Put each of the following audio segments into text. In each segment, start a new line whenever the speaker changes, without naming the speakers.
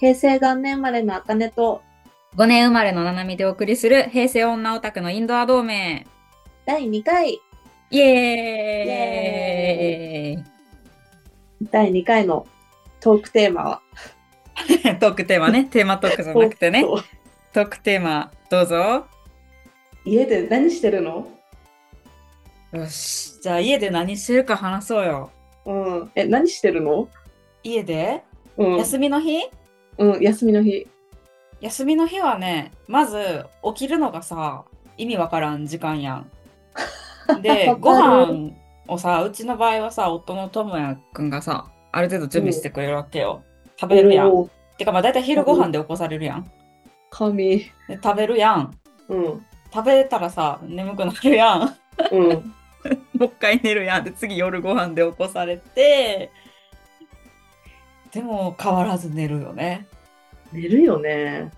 平成元年生まれのあかねと
5年生まれのななみでお送りする平成女オタクのインドア同盟。
第2回
イエーイ
第2回のトークテーマは
トークテーマ ね。テーマトークじゃなくてね。
おっと
トークテーマ、どうぞ。
家で何してるの
よし。じゃあ家で何してるか話そうよ。
うんえ何してるの
家で
うん
休みの日
うん、休みの日
休みの日はね、まず起きるのがさ、意味わからん時間や ん。で
わか、る
ご飯をさ、うちの場合はさ、夫の智也くんがさ、ある程度準備してくれるわけよ。食べるやん。
おー
てかまあ大体昼ご飯で起こされるやん。
神
で食べるやん。
うん
食べたらさ、眠くなる やん。
うん
もう一回寝るやん。で、次夜ご飯で起こされて、でも変わらず寝るよね。
寝るよね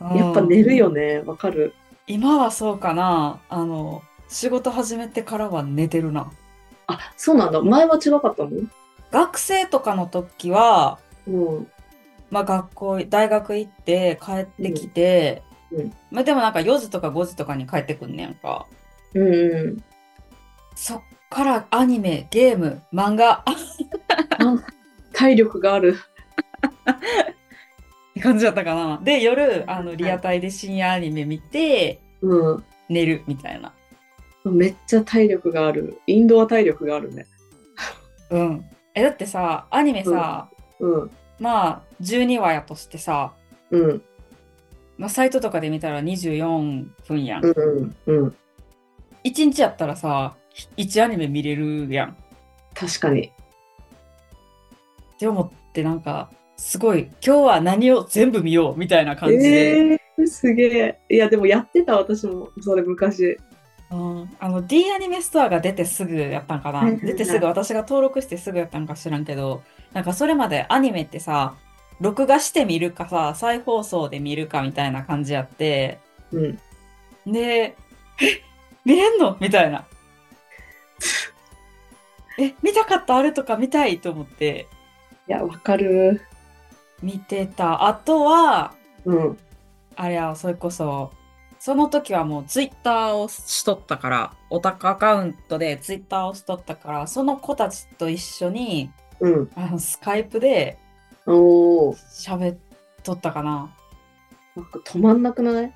うん
やっぱ寝るよねわかる
今はそうかな。あの、仕事始めてからは寝てるな。
あそうなんだ前は違かったの
学生とかの時は、
うん
まあ学校、大学行って帰ってきて、
うんうん
まあでもなんか4時とか5時とかに帰ってくんねやんか。
うんうん
そっからアニメ、ゲーム、漫画、あ
体力がある。
って感じだったかな。で、夜、あ
は
の、
い
リアタイで深夜アニメ見て、
うん。
寝るみたいな。
めっちゃ体力がある。インドは体力があるね。
うん。え、だってさ、アニメさ、
うん。
まあ、12話やとしてさ、
うん。
まあ、サイトとかで見たら24分やん。
うん。うん。
1日やったらさ、1アニメ見れるやん。っ
確かに。
て思って、なんか、すごい、今日は何を全部見ようみたいな感じで。
えー、すげえ。いや、でもやってた私も、それ昔。
うん、あの D アニメストアが出てすぐやったんか
はいは
な
いはい
出てすぐ私が登録してすぐやったんか知らんけどなんかそれまでアニメってさ録画して見るかさ再放送で見るかみたいな感じやって
うん。
でえ見れんのみたいなえ見たかったあれとか見たいと思って
いや、わかる。
見てたあとは
うん。
あれはそれこそその時はもうツイッターをしとったからオタクアカウントでツイッターをしとったからその子たちと一緒に
うん。
あのスカイプで
おー。
喋っとったかな
なんか止まんなくない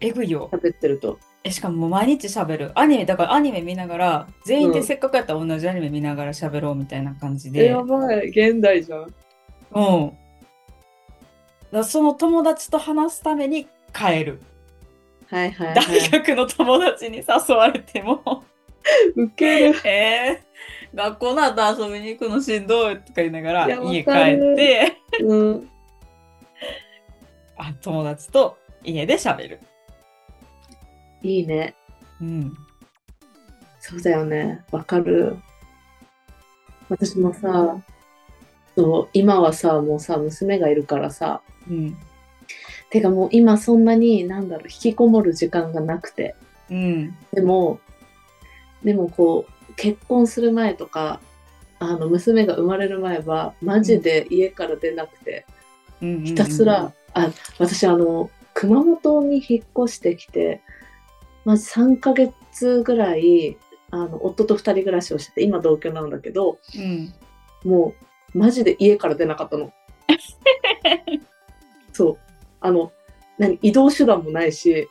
えぐいよ
喋ってると。
えしかももう毎日喋るアニメだからアニメ見ながら全員
う
で
ん
せっかくやったら同じアニメ見ながら喋ろうみたいな感
え、
じで、
やばい。現代じゃん。
うんだからその友達と話すために帰る
はいはい、は
大
い。
学の友達に誘われても
ウケる。
えー、学校の後遊びに行くのしんどいとか言いながら
いや
家
わか
帰
る
って
うん。
あ友達と家で喋る。
いいね。
うん。
そうだよね。わかる。私もさ、そう今はさ、もうさ、娘がいるからさ、
うん。
てかもう今そんなに、なんだろう、引きこもる時間がなくて。
うん。
でも、でもこう、結婚する前とか、あの、娘が生まれる前は、マジで家から出なくて、
うん
ひたすら。、あ、私あの、熊本に引っ越してきて、まず3ヶ月ぐらい、あの、夫と2人暮らしをしてて、今同居なんだけど、
うん。
もうマジで家から出なかった の。そうあの何移動手段もないし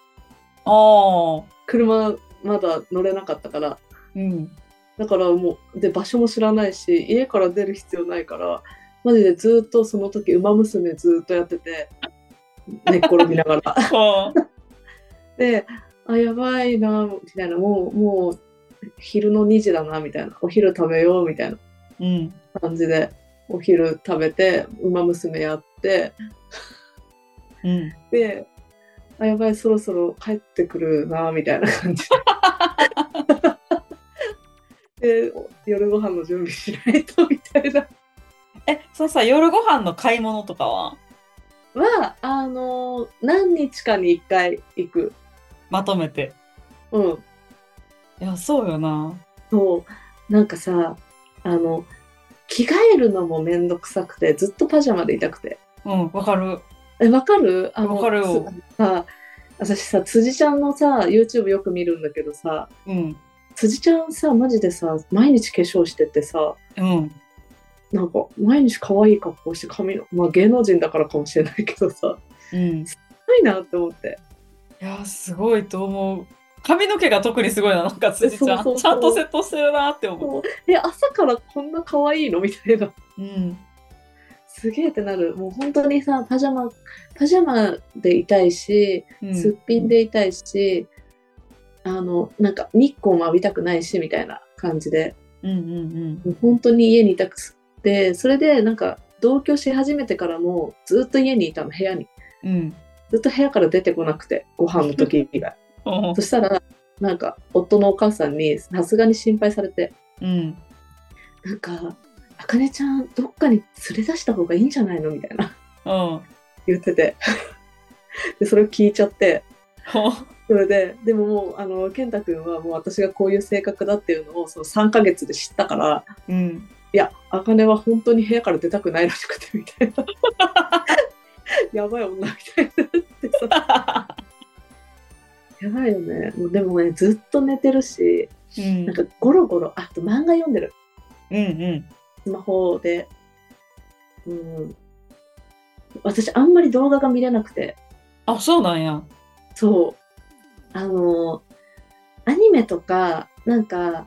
ああ。
車まだ乗れなかったから
うん。
だからもうで場所も知らないし家から出る必要ないからマジでずっとその時「ウマ娘」ずっとやってて寝っ転びながら。
こう。
であやばいなみたいなもうもう昼の2時だなみたいなお昼食べようみたいな
うん。
感じでお昼食べて「ウマ娘」やって。
うん。
で、あ、やばい、そろそろ帰ってくるな、みたいな感じで。で、夜ご飯の準備しないと、みたいな。
え、そうさ、夜ご飯の買い物とかは
は、あの何日かに一回行く。
まとめて。
うん。
いや、そうよな。
そう。なんかさ、あの、着替えるのもめんどくさくて、ずっとパジャマでいたくて。
ううん、わかる。
え、わかるあの
わかるよ
つさ、私さ、辻ちゃんのさ、YouTube よく見るんだけどさ、
うん。
辻ちゃんさ、マジでさ、毎日化粧しててさ、
うん。
なんか、毎日可愛い格好して髪の、まあ芸能人だからかもしれないけどさ、
うん。い
ないなって思って。
やー、すごいと思う。髪の毛が特にすごいな、なんか辻ちゃん。
そうそうそう
ちゃんとセットしてるなって思う。
こうえ、朝からこんな可愛いのみたいな。
うん。
すげえってなる。もう本当にさ、パジャマ、パジャマでいたいし、
うん
すっぴんでいたいし、あの、なんか日光も浴びたくないし、みたいな感じで、
うんうん
もう本当に家にいたくて、それでなんか同居し始めてからもずっと家にいたの、部屋に。
うん。うん。
ずっと部屋から出てこなくて、ご飯の時以 外。そしたら、なんか夫のお母さんにさすがに心配されて、
うん。
なんか、あかねちゃん、どっかに連れ出した方がいいんじゃないのみたいな。
うん。
言ってて でそれを聞いちゃって
ほ
それででももうあの健太君はもう私がこういう性格だっていうのをその3ヶ月で知ったから
うん。
いや茜は本当に部屋から出たくないらしくてみたいな やばい女みたいになってさ やばいよねもうでもねずっと寝てるし
うん
なんかゴロゴロああと漫画読んでる
うんうん。
スマホでうん私あんまり動画が見れなくて
あ、そうなんや。
そう。あの、アニメとか、なんか、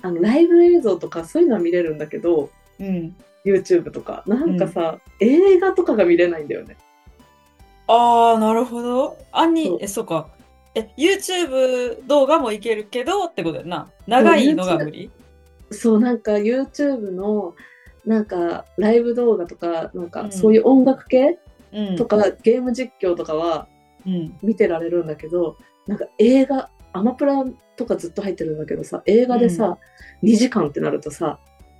あのライブ映像とかそういうのは見れるんだけど、
うん。
YouTube とか。なんかさ、映画とかが見れないんだよね。
ああ、なるほど。あ
そう
に、え、そうか。え、YouTube 動画もいけるけどってことやんな。長いのが無理。
そう、なんか YouTube の、なんかライブ動画とか、なん
う
か
ん
そういう音楽系
うん
とか、ゲーム実況とかは
うん。
見てられるんだけど、なんか映画、アマプラとかずっと入ってるんだけどさ、映画でさ、2時間ってなるとさ、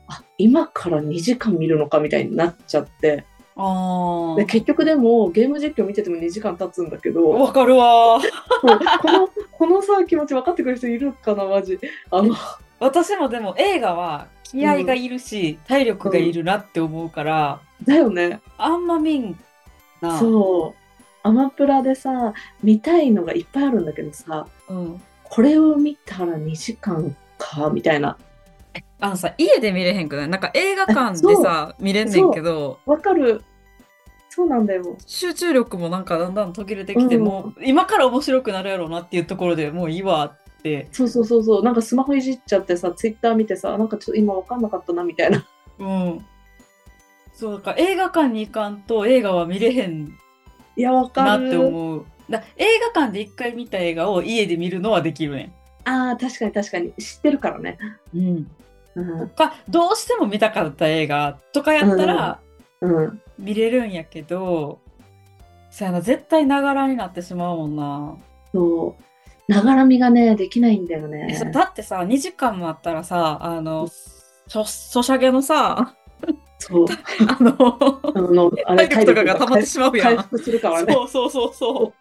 あ、今から2時間見るのかみたいになっちゃって、
あ
で結局でもゲーム実況見てても2時間経つんだけ
あ。
ど
わかるわー。
そうこの このさ気持ち分かってくれる人いるかなマジあの
私もでも映画は気合がいるし、体力がいるなって思うから、
だよね
あんま見んな。
そうアマプラでさ見たいのがいっぱいあるんだけどさ
うん。
これを見たら2時間かみたいな
あのさ、家で見れへんくないなんか映画館でさ、見れんねんけど、
わかるそうなんだよ
集中力もなんかだんだん途切れてきて、
うん
もう今から面白くなるやろうなっていうところでもういいわって、
そうそうそうそうなんかスマホいじっちゃってさツイッター見てさなんかちょっと今分かんなかったなみたいな
うん、そうだから映画館に行かんと映画は見れへん
いや分
な
かる
って思うだ映画館で一回見た映画を家で見るのはできるね
あー確かに確かに知ってるからね
ん、うん、
うん
かどうしても見たかった映画とかやったら
うん
見れるんやけど、そやな絶対ながらになってしまうもんな、
そうながらみがねできないんだよね
えそだってさ2時間もあったらさあのソソシャゲのさ
そう。
あの
あの、あれ、
体力とかが溜まって
し
しまうや
回
ん。
復するからね。
そうそうそうそ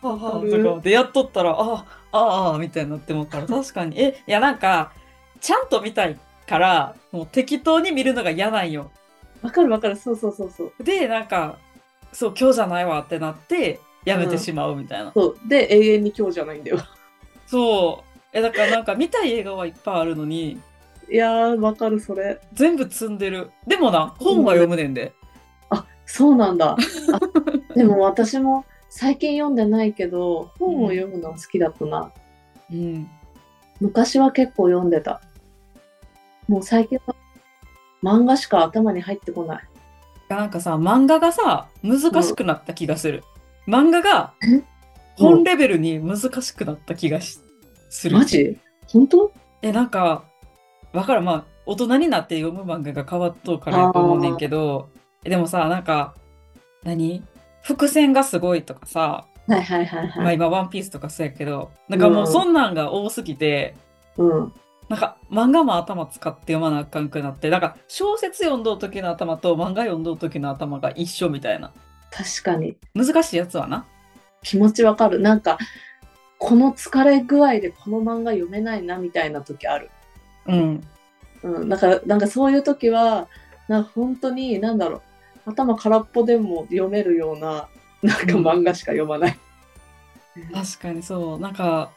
う。 はあはあ
わかる
とか思ってやっとったらああああみたいになって思うから確かにえいやなんかちゃんと見たいからもう適当に見るのが嫌なんよ。
わかるわかる、そうそうそうそう。
でなんかそう今日じゃないわってなってやめてしまうみたいな。
そうで、永遠に今日じゃないんだよ。
そうえだからなんか見たい映画はいっぱいあるのに
いやー、わかる、それ。
全部積んでる。でもな本は読むねんで。
あ、そうなんだ。あ でも私も最近読んでないけど、本を読むのは好きだったな。
うん。
昔は結構読んでた。もう最近は漫画しか頭に入ってこない。
なんかさ漫画がさ難しくなった気がする、漫画が
え
本レベルに難しくなった気がしする
マジ本当
えなんかわからんまあ大人になって読む漫画が変わっとうからやと思うねんけどえでもさなんか何伏線がすごいとかさ、
はいはいはい
ま
は
あ
い。
今「ワンピースとかそうやけどなんかもうそんなんが多すぎて、
うん。
なんか漫画も頭使って読まなあかんくなってなんか小説読んどう時の頭と漫画読んどう時の頭が一緒みたいな
確かに。
難しいやつはな
気持ちわかるなんかこの疲れ具合でこの漫画読めないなみたいな時ある、
うん
うん、だからなんかそういう時はなんか本当になんだろう頭空っぽでも読めるようななんか漫画しか読まない、
確かにそうなんか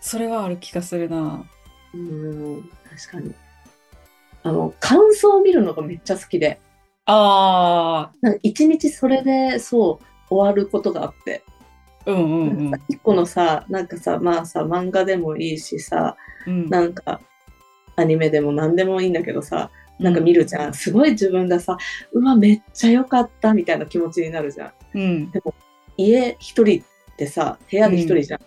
それはある気がするな
うん確かにあの感想を見るのがめっちゃ好きで
あ
なんか一日それでそう終わることがあって
ーうんうん
なんか一個のさなんかさまあさ漫画でもいいしさ
うん
なんかアニメでも何でもいいんだけどさなんか見るじゃんすごい自分がさうわめっちゃ良かったみたいな気持ちになるじゃん
うん
家一人ってさ部屋で一人じゃん、
うん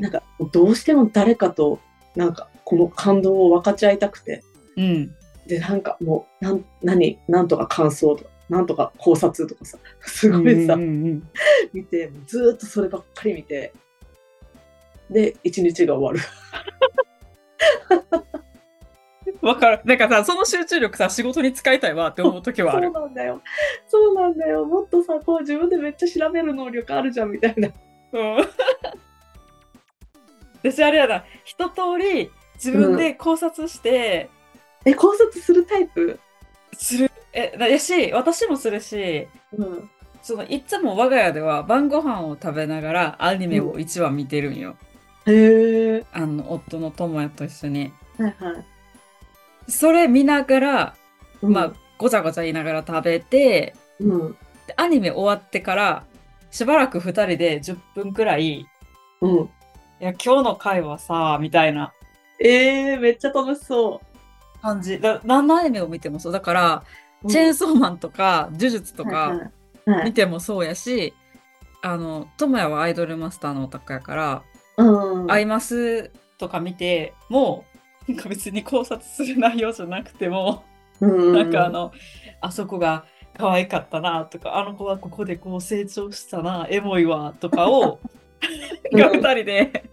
なんかどうしても誰かとなんかこの感動を分かち合いたくて
うん
でなんかもうなん何なんとか感想とかなんとか考察とかさすごいさ、
うんうんうん
見てずーっとそればっかり見てで一日が終わる
わかる。なんかさ、その集中力さ、仕事に使いたいわって思う時は
そ
あ
う
る。
なんだよそうなんだよもっとさこう自分でめっちゃ調べる能力あるじゃんみたいな
うん。 私あれやな、一通り自分で考察して、
え考察するタイプ
する、え、なやし、私もするし、
うん
そのいつも我が家では晩ご飯を食べながらアニメを1話見てるんよ。
へえ
あの、夫の友也と一緒に。
はいはい、
それ見ながら、
うん
まあ、ごちゃごちゃ言いながら食べて、
うん
でアニメ終わってから、しばらく2人で10分くらい
うん
いや、今日の回はさ、みたいな
えー、めっちゃ楽しそ
感じ。だ何のアニメを見てもそう。だから、
う。
チェーン
ス
ソーマンとか、呪術とか、
はいはいは
見
い、
てもそうやし、あの、ともやはアイドルマスターのオタクやから、
うん、
アイマスとか見て、もう、なんか別に考察する内容じゃなくても、
うん
なんかあの、あそこが可愛かったなとか、あの子はここでこう成長したな、エモいわとかを、
うん
が二人で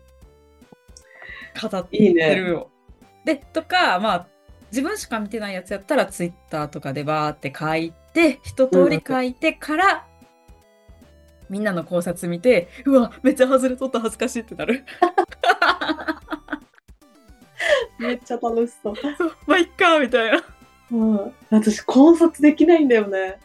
語って
いいね
るよ。で、とか、まあ、自分しか見てないやつやったら、ツイッターとかでバーって書いて、一通り書いてから、みんなの考察見て、うわ、めっちゃ外れとった恥ずかしいってなる。
めっちゃ楽しそう。
そうまあ、いっか、み たいな。
うん、私考察できないんだよね。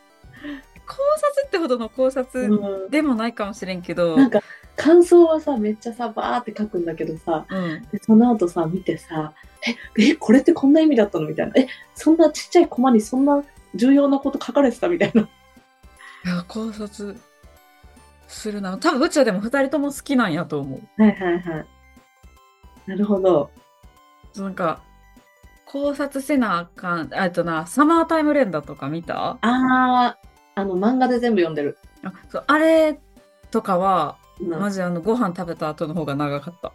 考察ってほどの考察
うん、
でもないかもしれんけど、
なんか感想はさめっちゃさバーって書くんだけどさ
うん、
でその後さ見てさ「ええこれってこんな意味だったの?」みたいな「えそんなちっちゃいコマにそんな重要なこと書かれてた?」みたいな。
いや考察するな多分うちはでも2人とも好きなんやと思う
はいはいはい。なるほど。
そうなんか考察せなあかんあえっとなサマータイム連打とか見た
あーあの漫画で全部読んでる。
あそうあれとかは
うん、
マジあのご飯食べた後の方が長かった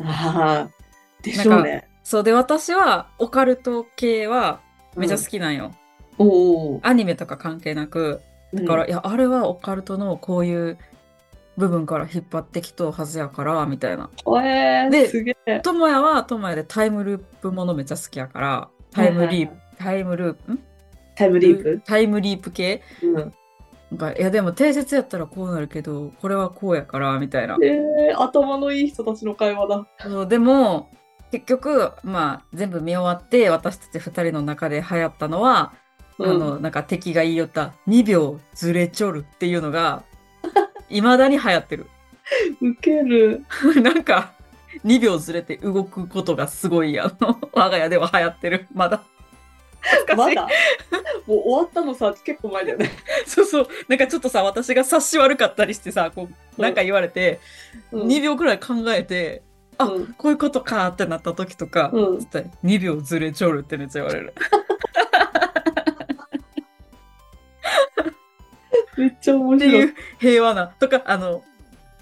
あーでしょうね。
そうで私はオカルト系はめっちゃ好
き。
きなんよ、
うん、おうおう
アニメとか関係なく
だ
だから、いやあれはオカルトのこういう部分から引っ張ってきとうはずやからみたいな
えー、
です
げえ。
ともやはともやでタイムループものめっちゃ好きやからタイムリープ、
はい
タイムループん
タイムリープ、
タイムリープ系
うん
がいやでも定説やったらこうなるけどこれはこうやからみたいな、
えー、頭のいい人たちの会話だ。
そうでも結局まあ全部見終わって私たち2人の中で流行ったのは、あのなんか敵が言いよった2秒ずれちょるっていうのがいまだに流行ってる
ウケる。
なんか2秒ずれて動くことがすごいあの我が家では流行ってるまだ恥ずかし
ま
い
だもう終わったのさ、結構前だよね。
そうそう。なんかちょっとさ、私が察し悪かったりしてさ、こう、なんか言われて、2秒くらい考えて、あ
うん
こういうことかってなった時とか、
うん
絶対2秒ずれちょるってめっちゃ言われる。
めっちゃ面
って
白
い
い。
う平和な、とか、あの、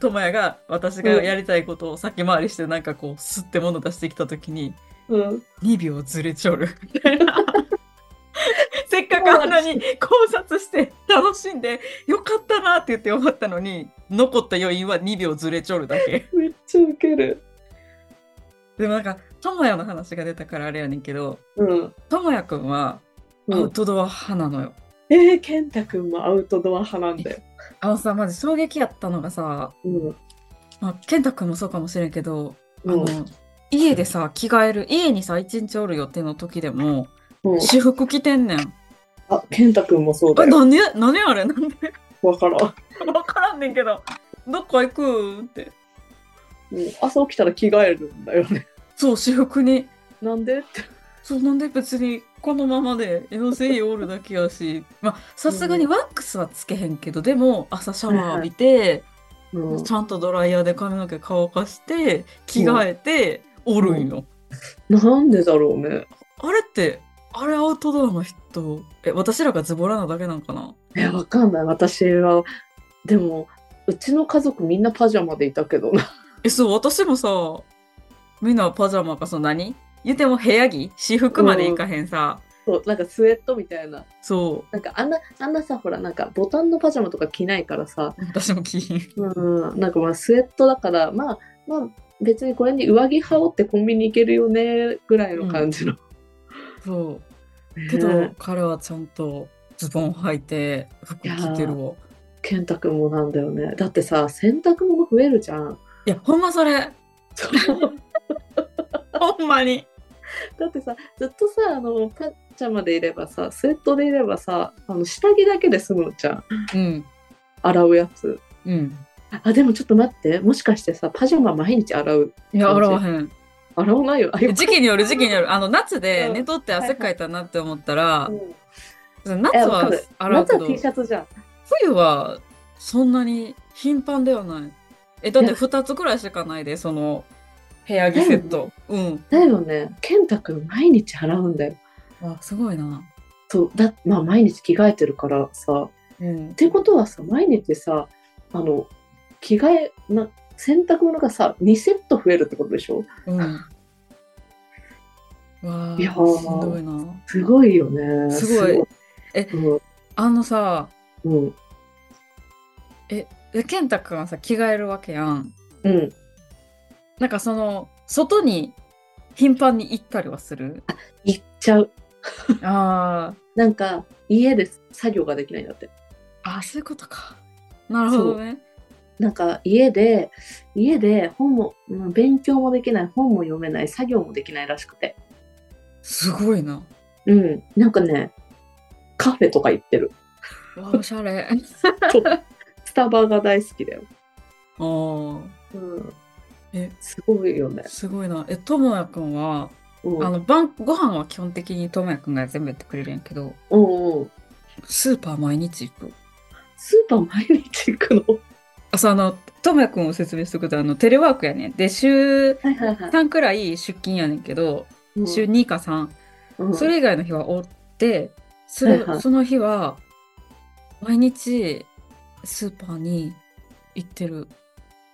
友也が私がやりたいことを先回りして、なんかこう、すって物出してきた時に、
うん、
2秒ずれちょ る。みたいなせっかくあんなに考察して楽しんでよかったなって言って終わったのに残った余韻は2秒ずれちょるだけ。
めっちゃウケる。
でもなんか、ともやの話が出たからあれやねんけど、
うん。
ともやくんはアウトドア派なのよ。
えー、健太くんもアウトドア派なんだよ。
あのさ、まず衝撃やったのがさ、
うん。
まあ、健太くんもそうかもしれんけど、あ
う
の、
ん。
家でさ、着替える、家にさ、一日おる予定の時でも、
うん、
私服着てんねん。
ああ、健太くんもそうだ
え、
よ。
何何あれなんで
わからん。
わからんねんけど。どっか行くんって。
もう朝起きたら着替えるんだよね。
そう、私服に。
なんでって。
そう、なんで別にこのままでエノセイおるだけやし。まあ、さすがにワックスはつけへんけど、でも朝シャワー浴びて、
うん
ちゃんとドライヤーで髪の毛乾かして、着替えて、おるんよ。
なんでだろうね。
あれって、あれアウトドアの人、え、私らがズボラなだけなんかな
え、わかんない。私は、でも、うちの家族みんなパジャマでいたけどな。
え、そう、私もさ、みんなパジャマか、その何言っても部屋着私服までいかへんさ。
そう、なんかスウェットみたいな。
そ
なんかあんな、あんなさ、ほら、なんかボタンのパジャマとか着ないからさ、
う、私も着ひん。
うん、なんかまあスウェットだから、まあ、まあ、別にこれに上着羽織ってコンビニ行けるよね、ぐらいの感じの。
そう。けど、
ね
彼はちゃんとズボン履いて、服着てるわ。
健太くんもなんだよね。だってさ、洗濯物増えるじゃん。
いや、ほんまそれ。ほんまに。
だってさずっとさあのパッチャマでいればさスウェットでいればさあの下着だけで済むじゃん
うん。
洗うやつ
うん。
あでもちょっと待ってもしかしてさパジャマ毎日洗う
いや、洗わへん。
洗わないよあよ
時期による時期による。あの、夏で
うん
寝とって汗かいたなって思ったら、
うん
夏
えわか
は
る
洗う
夏
け
は
ど
T シャツじゃん
冬はそんなに頻繁ではないえだっ
い
て
や
2つくらいしかないでその部屋着セットうん
だよね健太くん毎日洗うんだよ
あすごいな
そうだまあ毎日着替えてるからさ
うん
ってことはさ毎日さあの着替えな洗濯物がさ2セット増えるってことでしょ
うん わあ
い
し
や
ん
ー
どいな
すごいよね
すごいえ
すごい
あのさ
うんうん
で健太君はさ着替えるわけやん
うん
なんかその外に頻繁に行ったりはす る
行っちゃう
あー
なんか家で作業ができないんだって
あそういうことかなるほどね
なんか家で家で本もうん勉強もできない本も読めない作業もできないらしくて
すごいな
うんなんかねカフェとか行ってる
わあおしゃれ あ
スタバが大好きだよ、
ー
うん、
え
すごいよね、
すごいな。え、ともやくんは、
うん、
あの、晩、ご飯は基本的にともやくんが全部やってくれるんやけど、
うんうん
スーパー毎日行く。
スーパー毎日行くの
あ、そう、あの、ともやくんを説明しておくと、あの、テレワークやねん。で、
は
週
いはいはい、
3くらい出勤やねんけど、
うん
週2か3。
うん
それ以外の日はおって、それ
はいはい
その日は、毎日、スーパーに行ってる。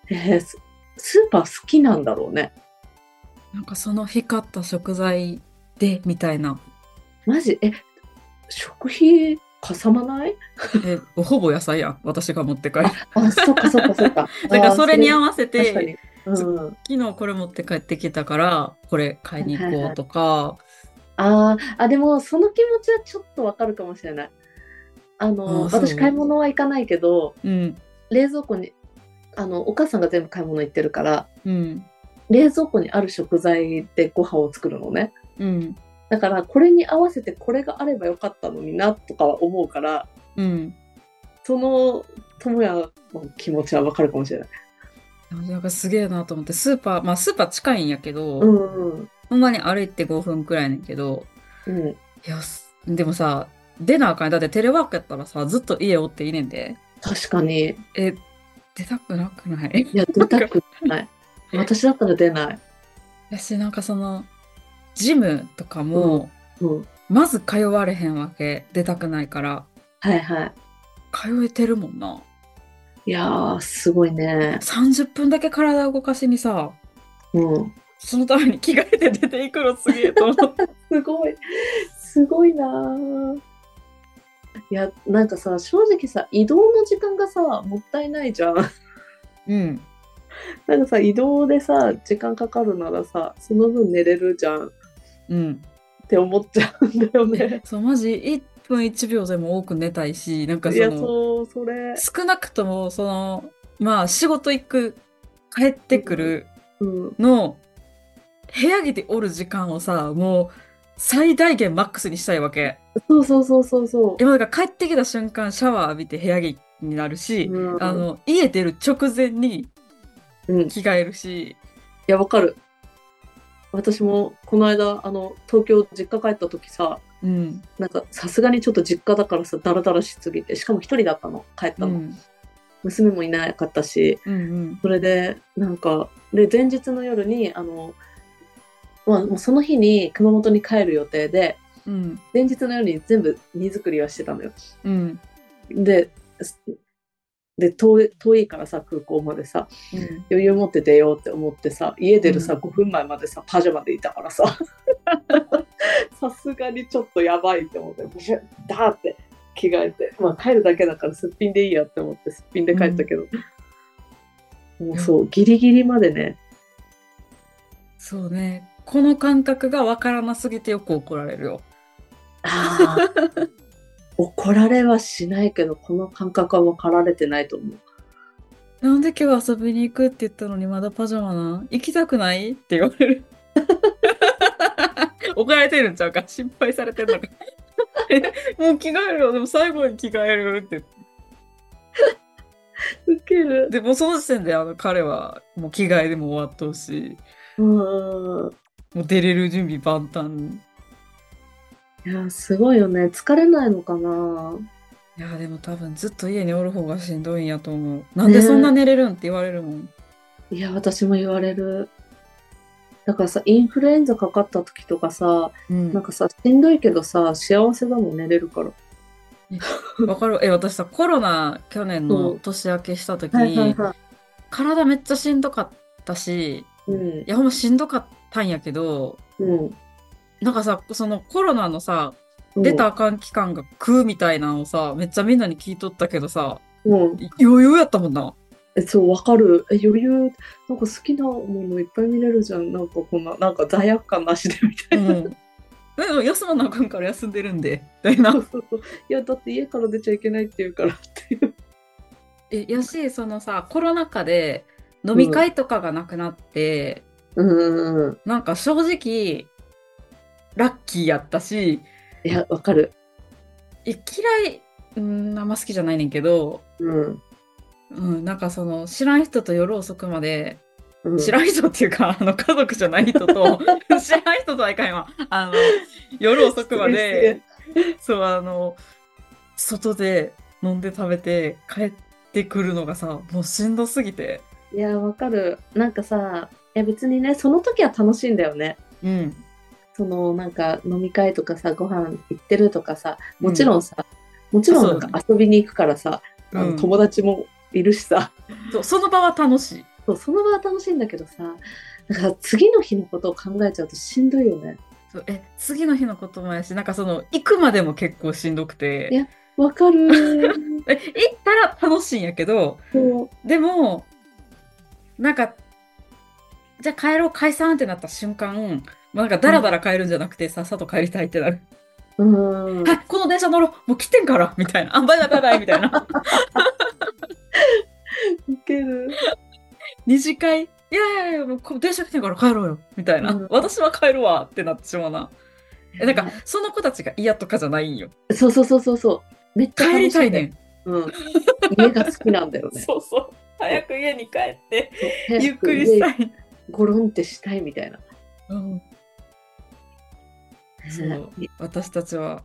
えーススーパー好きなんだろうね
なんかその日買った食材で、みたいな。
マジえ食費かさまない
え、 ほぼ野菜やん。私が持って帰る。
あそっかそっかそっか
だからそれに合
わ
わせ
確か
て
に、うん、
昨日これ持って帰ってきたからこれ買いに行こうとか、
あーあでもその気持ちはちょっとわかるかもしれないあの
あーそう
私買い物は行かないけど
うん
冷蔵庫にあのお母さんが全部買い物行ってるから
うん
冷蔵庫にある食材でご飯を作るのね
うん
だからこれに合わせてこれがあればよかったのになとかは思うから
うん
その友也の気持ちはわかるかもしれない
なんかすげえなと思ってスーパーまあスーパー近いんやけど、
うんうん
ほんまに歩いて5分くらいねんけど
うん
いやすでもさ出なあかんやんだってテレワークやったらさずっと家おっていいねんで
確かにい
え出たくなくない
や出たくない 私だったら出ない
私なんかそのジムとかも、
うん
まず通われへんわけ出たくないから
はいはい
通えてるもんない
やーすごいね
30分だけ体を動かしにさ
うん
そのために着替えて出ていくのすげえと思って。
すごい、すごいなあいや、なんかさ、正直さ、移動の時間がさ、もったいないじゃん。
うん。
なんかさ、移動でさ、時間かかるならさ、その分寝れるじゃんっ
うん。
て思っちゃうんだよね。
そう、マジ1分1秒でも多く寝たいし、なんか
い
そ
や、
の、
そう、それ。
少なくとも、その、まあ、仕事行く、帰ってくる
うん。
の、部屋着でおる時間をさ、もう、最大限マックスにしたいわけ。
そうそうそうそうそう。
今だから帰ってきた瞬間シャワー浴びて部屋着になるし、
うん
あの家出る直前に
うん、い
着替えるし、
や、わかる。私もこの間、あの、東京実家帰った時さ、
うん
なんかさすがにちょっと実家だからさ、ダラダラしすぎて、しかも一人だったの、帰っ
う
たの。
ん
娘もいなかったし、
うんうん
それで、なんか、で、前日の夜に、あの、まあ、もうその日に熊本に帰る予定で、
うん
前日の夜に全部荷造りはしてたのよ。
うん
で、すで遠い遠いからさ空港までさ余裕持って出ようって思ってさ家出るさ、
うん
5分前までさパジャマでいたからささすがにちょっとやばいって思ってブシュッダーって着替えて、まあ、帰るだけだからすっぴんでいいやって思ってすっぴんで帰ったけど、もうそうギリギリまでね
そうねこの感覚がわからなすぎてよく怒られるよ。
怒られはしないけどこの感覚は分かられてないと思う。
なんで今日遊びに行くって言ったのにまだパジャマなん行きたくないって言われ る。怒られてるんちゃうか心配されてるのか。え もう着替えるよでも最後に着替えるよって
ウケる。
でもうその時点であの彼はもう着替えでも終わっとうし
うん
もう出れる準備万端
いやーすごいよね疲れないのかない
やーでも多分ずっと家におる方がしんどいんやと思うなんでそんな寝れるんって言われるもん、
いや私も言われるだからさインフルエンザかかった時とかさ
うん
なんかさしんどいけどさ幸せだもん寝れるから
わかるえ私さコロナ去年
う
の
ん
年明けした時
はいはい
に
は
体めっちゃしんどかったし
いうん
いやほんましんどかったんやけど
うん
なんかさそのコロナのさ
うん
出たあかん期間が食うみたいなのをさめっちゃみんなに聞いとったけどさ
うん
余裕やったもんな
えそうわかるえ余裕なんか好きなものいっぱい見れるじゃんなんかこんななんか罪悪感なしでみた
う
いな、
ん、でも休まなあかんから休んでるんでみたいな
そうそうそういやだって家から出ちゃいけないっていうからっていう
えやしそのさコロナ禍で飲み会とかがなくなって、
うん
なんか正直ラッキーやったし
いやわかる
え嫌いうんあんま好きじゃないねんけど、
うん、
うん、なんかその知らん人と夜遅くまで、
うん、
知らん人っていうか あの家族じゃない人と知らん人とはいかんわあの夜遅くまでそうあの外で飲んで食べて帰ってくるのがさもうしんどすぎて。
いやわかるなんかさいや別にねその時は楽しいんだよね
うん
そのなんか飲み会とかさご飯行ってるとかさもちろんさ、もちろんなんか
そ
遊びに行くからさ、あ
う
の
ん
友達もいるしさ、
そうその場は楽しい。
そうその場は楽しいんだけどさなんか次の日のことを考えちゃうとしんどいよね
そうえ次の日のこともやしなんかその行くまでも結構しんどく
いや
て
わかる
え行ったら楽しいんやけど
そう
でもなんかじゃあ帰ろう解散ってなった瞬間、まあ、なんかダラダラ帰るんじゃなくて、さっさと帰りたいってなる、
うん
はいこの電車乗ろうもう来てんからみたいなあバイバイバイバイみたいな
いける
二次会いやいやいやもうこ電車来てんから帰ろうよみたいな、
うん
私は帰るわってなってしまうなえなんかその子たちが嫌とかじゃないんよ
そうそうそうそうそうめっちゃ楽し
帰
い
りたい
んだ
ね
よ
ん
うん、家が好きなんだよね
そうそう。早く家に帰って、
そう
ゆっくりしたい。
ゴロンってしたいみたいな
うん、そう
ね
私たちは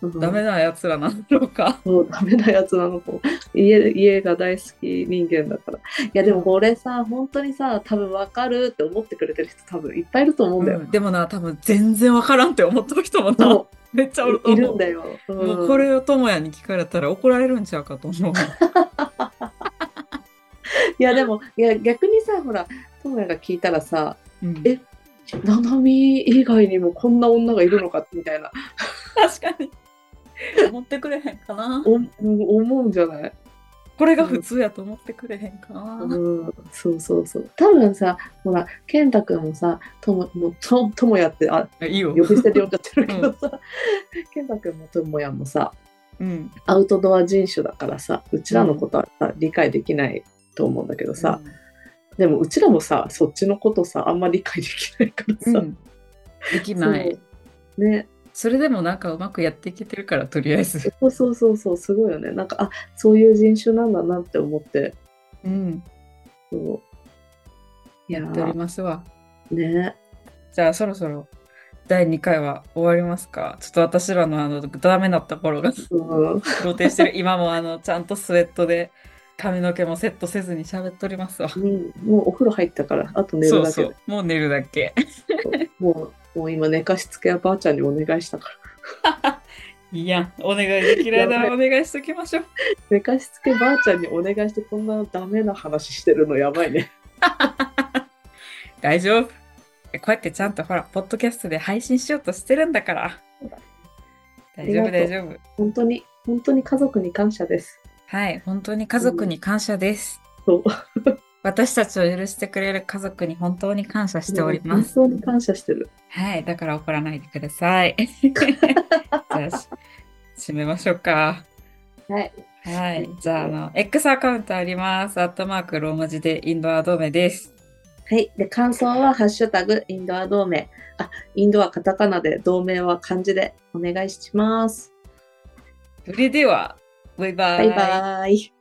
うん
ダメなやつらなんだろうか。
そうダメなやつなの子 家家が大好き人間だからいやでもこれさ本当にさ多分わかるって思ってくれてる人多分いっぱいいると思うんだよ、
うんでもな、多分全然わからんって思っとる人もな、
そ
めっちゃおると
うい
思
る
う。
んだよ、うん
もうこれを智也に聞かれたら怒られるんちゃうかと思う。
いやでもいや逆にさほら智也が聞いたらさ
うん
え「ななみ以外にもこんな女がいるのか」みたいな
確かに。思ってくれへんかな。
お思うんじゃない、
これが普通やと思ってくれへんかな。
うん、そうそうそう多分さほら健太君もさとももうと智也ってあ
あいいよ
呼。び捨てで呼んじゃってるけどさ、 健太君も智也もさ
うん。
アウトドア人種だからさうちらのことはさ、理解できないと思うんだけどさ、でもうちらもさそっちのことさあんま理解できないから
うん、
さ、
できない。
ね
それでもなんかうまくやっていけてるからとりあえず、
そうそうそうそうすごいよねなんかあそういう人種なんだなって思って
うん、
そういや
やっており
ー
ますわ
ね
じゃあそろそろ第2回は終わりますかちょっと私らのあのダメなところが
うん
露呈してる今もあのちゃんとスウェットで髪の毛もセットせずに喋っとりますわ
うん、もうお風呂入ったからあと寝
そ
る
う
だけ
そ
で
うもう寝るだけ
そうもうもう今寝かしつけはばあちゃんにお願いしたから
いやお願いできるならお願いしときましょう
寝かしつけばあちゃんにお願いしてこんなダメな話してるのやばいね
大丈夫こうやってちゃんとほらポッドキャストで配信しようとしてるんだから大丈夫
あり
大
がとう
丈夫
本当に本当に家族に感謝です
はい本当に家族に感謝です、
そう
私たちを許してくれる家族に本当に感謝しております
本当に感謝してる
はい、だから怒らないでください。 じゃあし、締めましょうか。
はい
はい、じゃあ、あの、X アカウントあります。アットマークローマ字でインドアドメです。
はいで感想はハッシュタグインドア同盟あインドはカタカナで同盟は漢字でお願いします
それでは、バイバ
バイバイ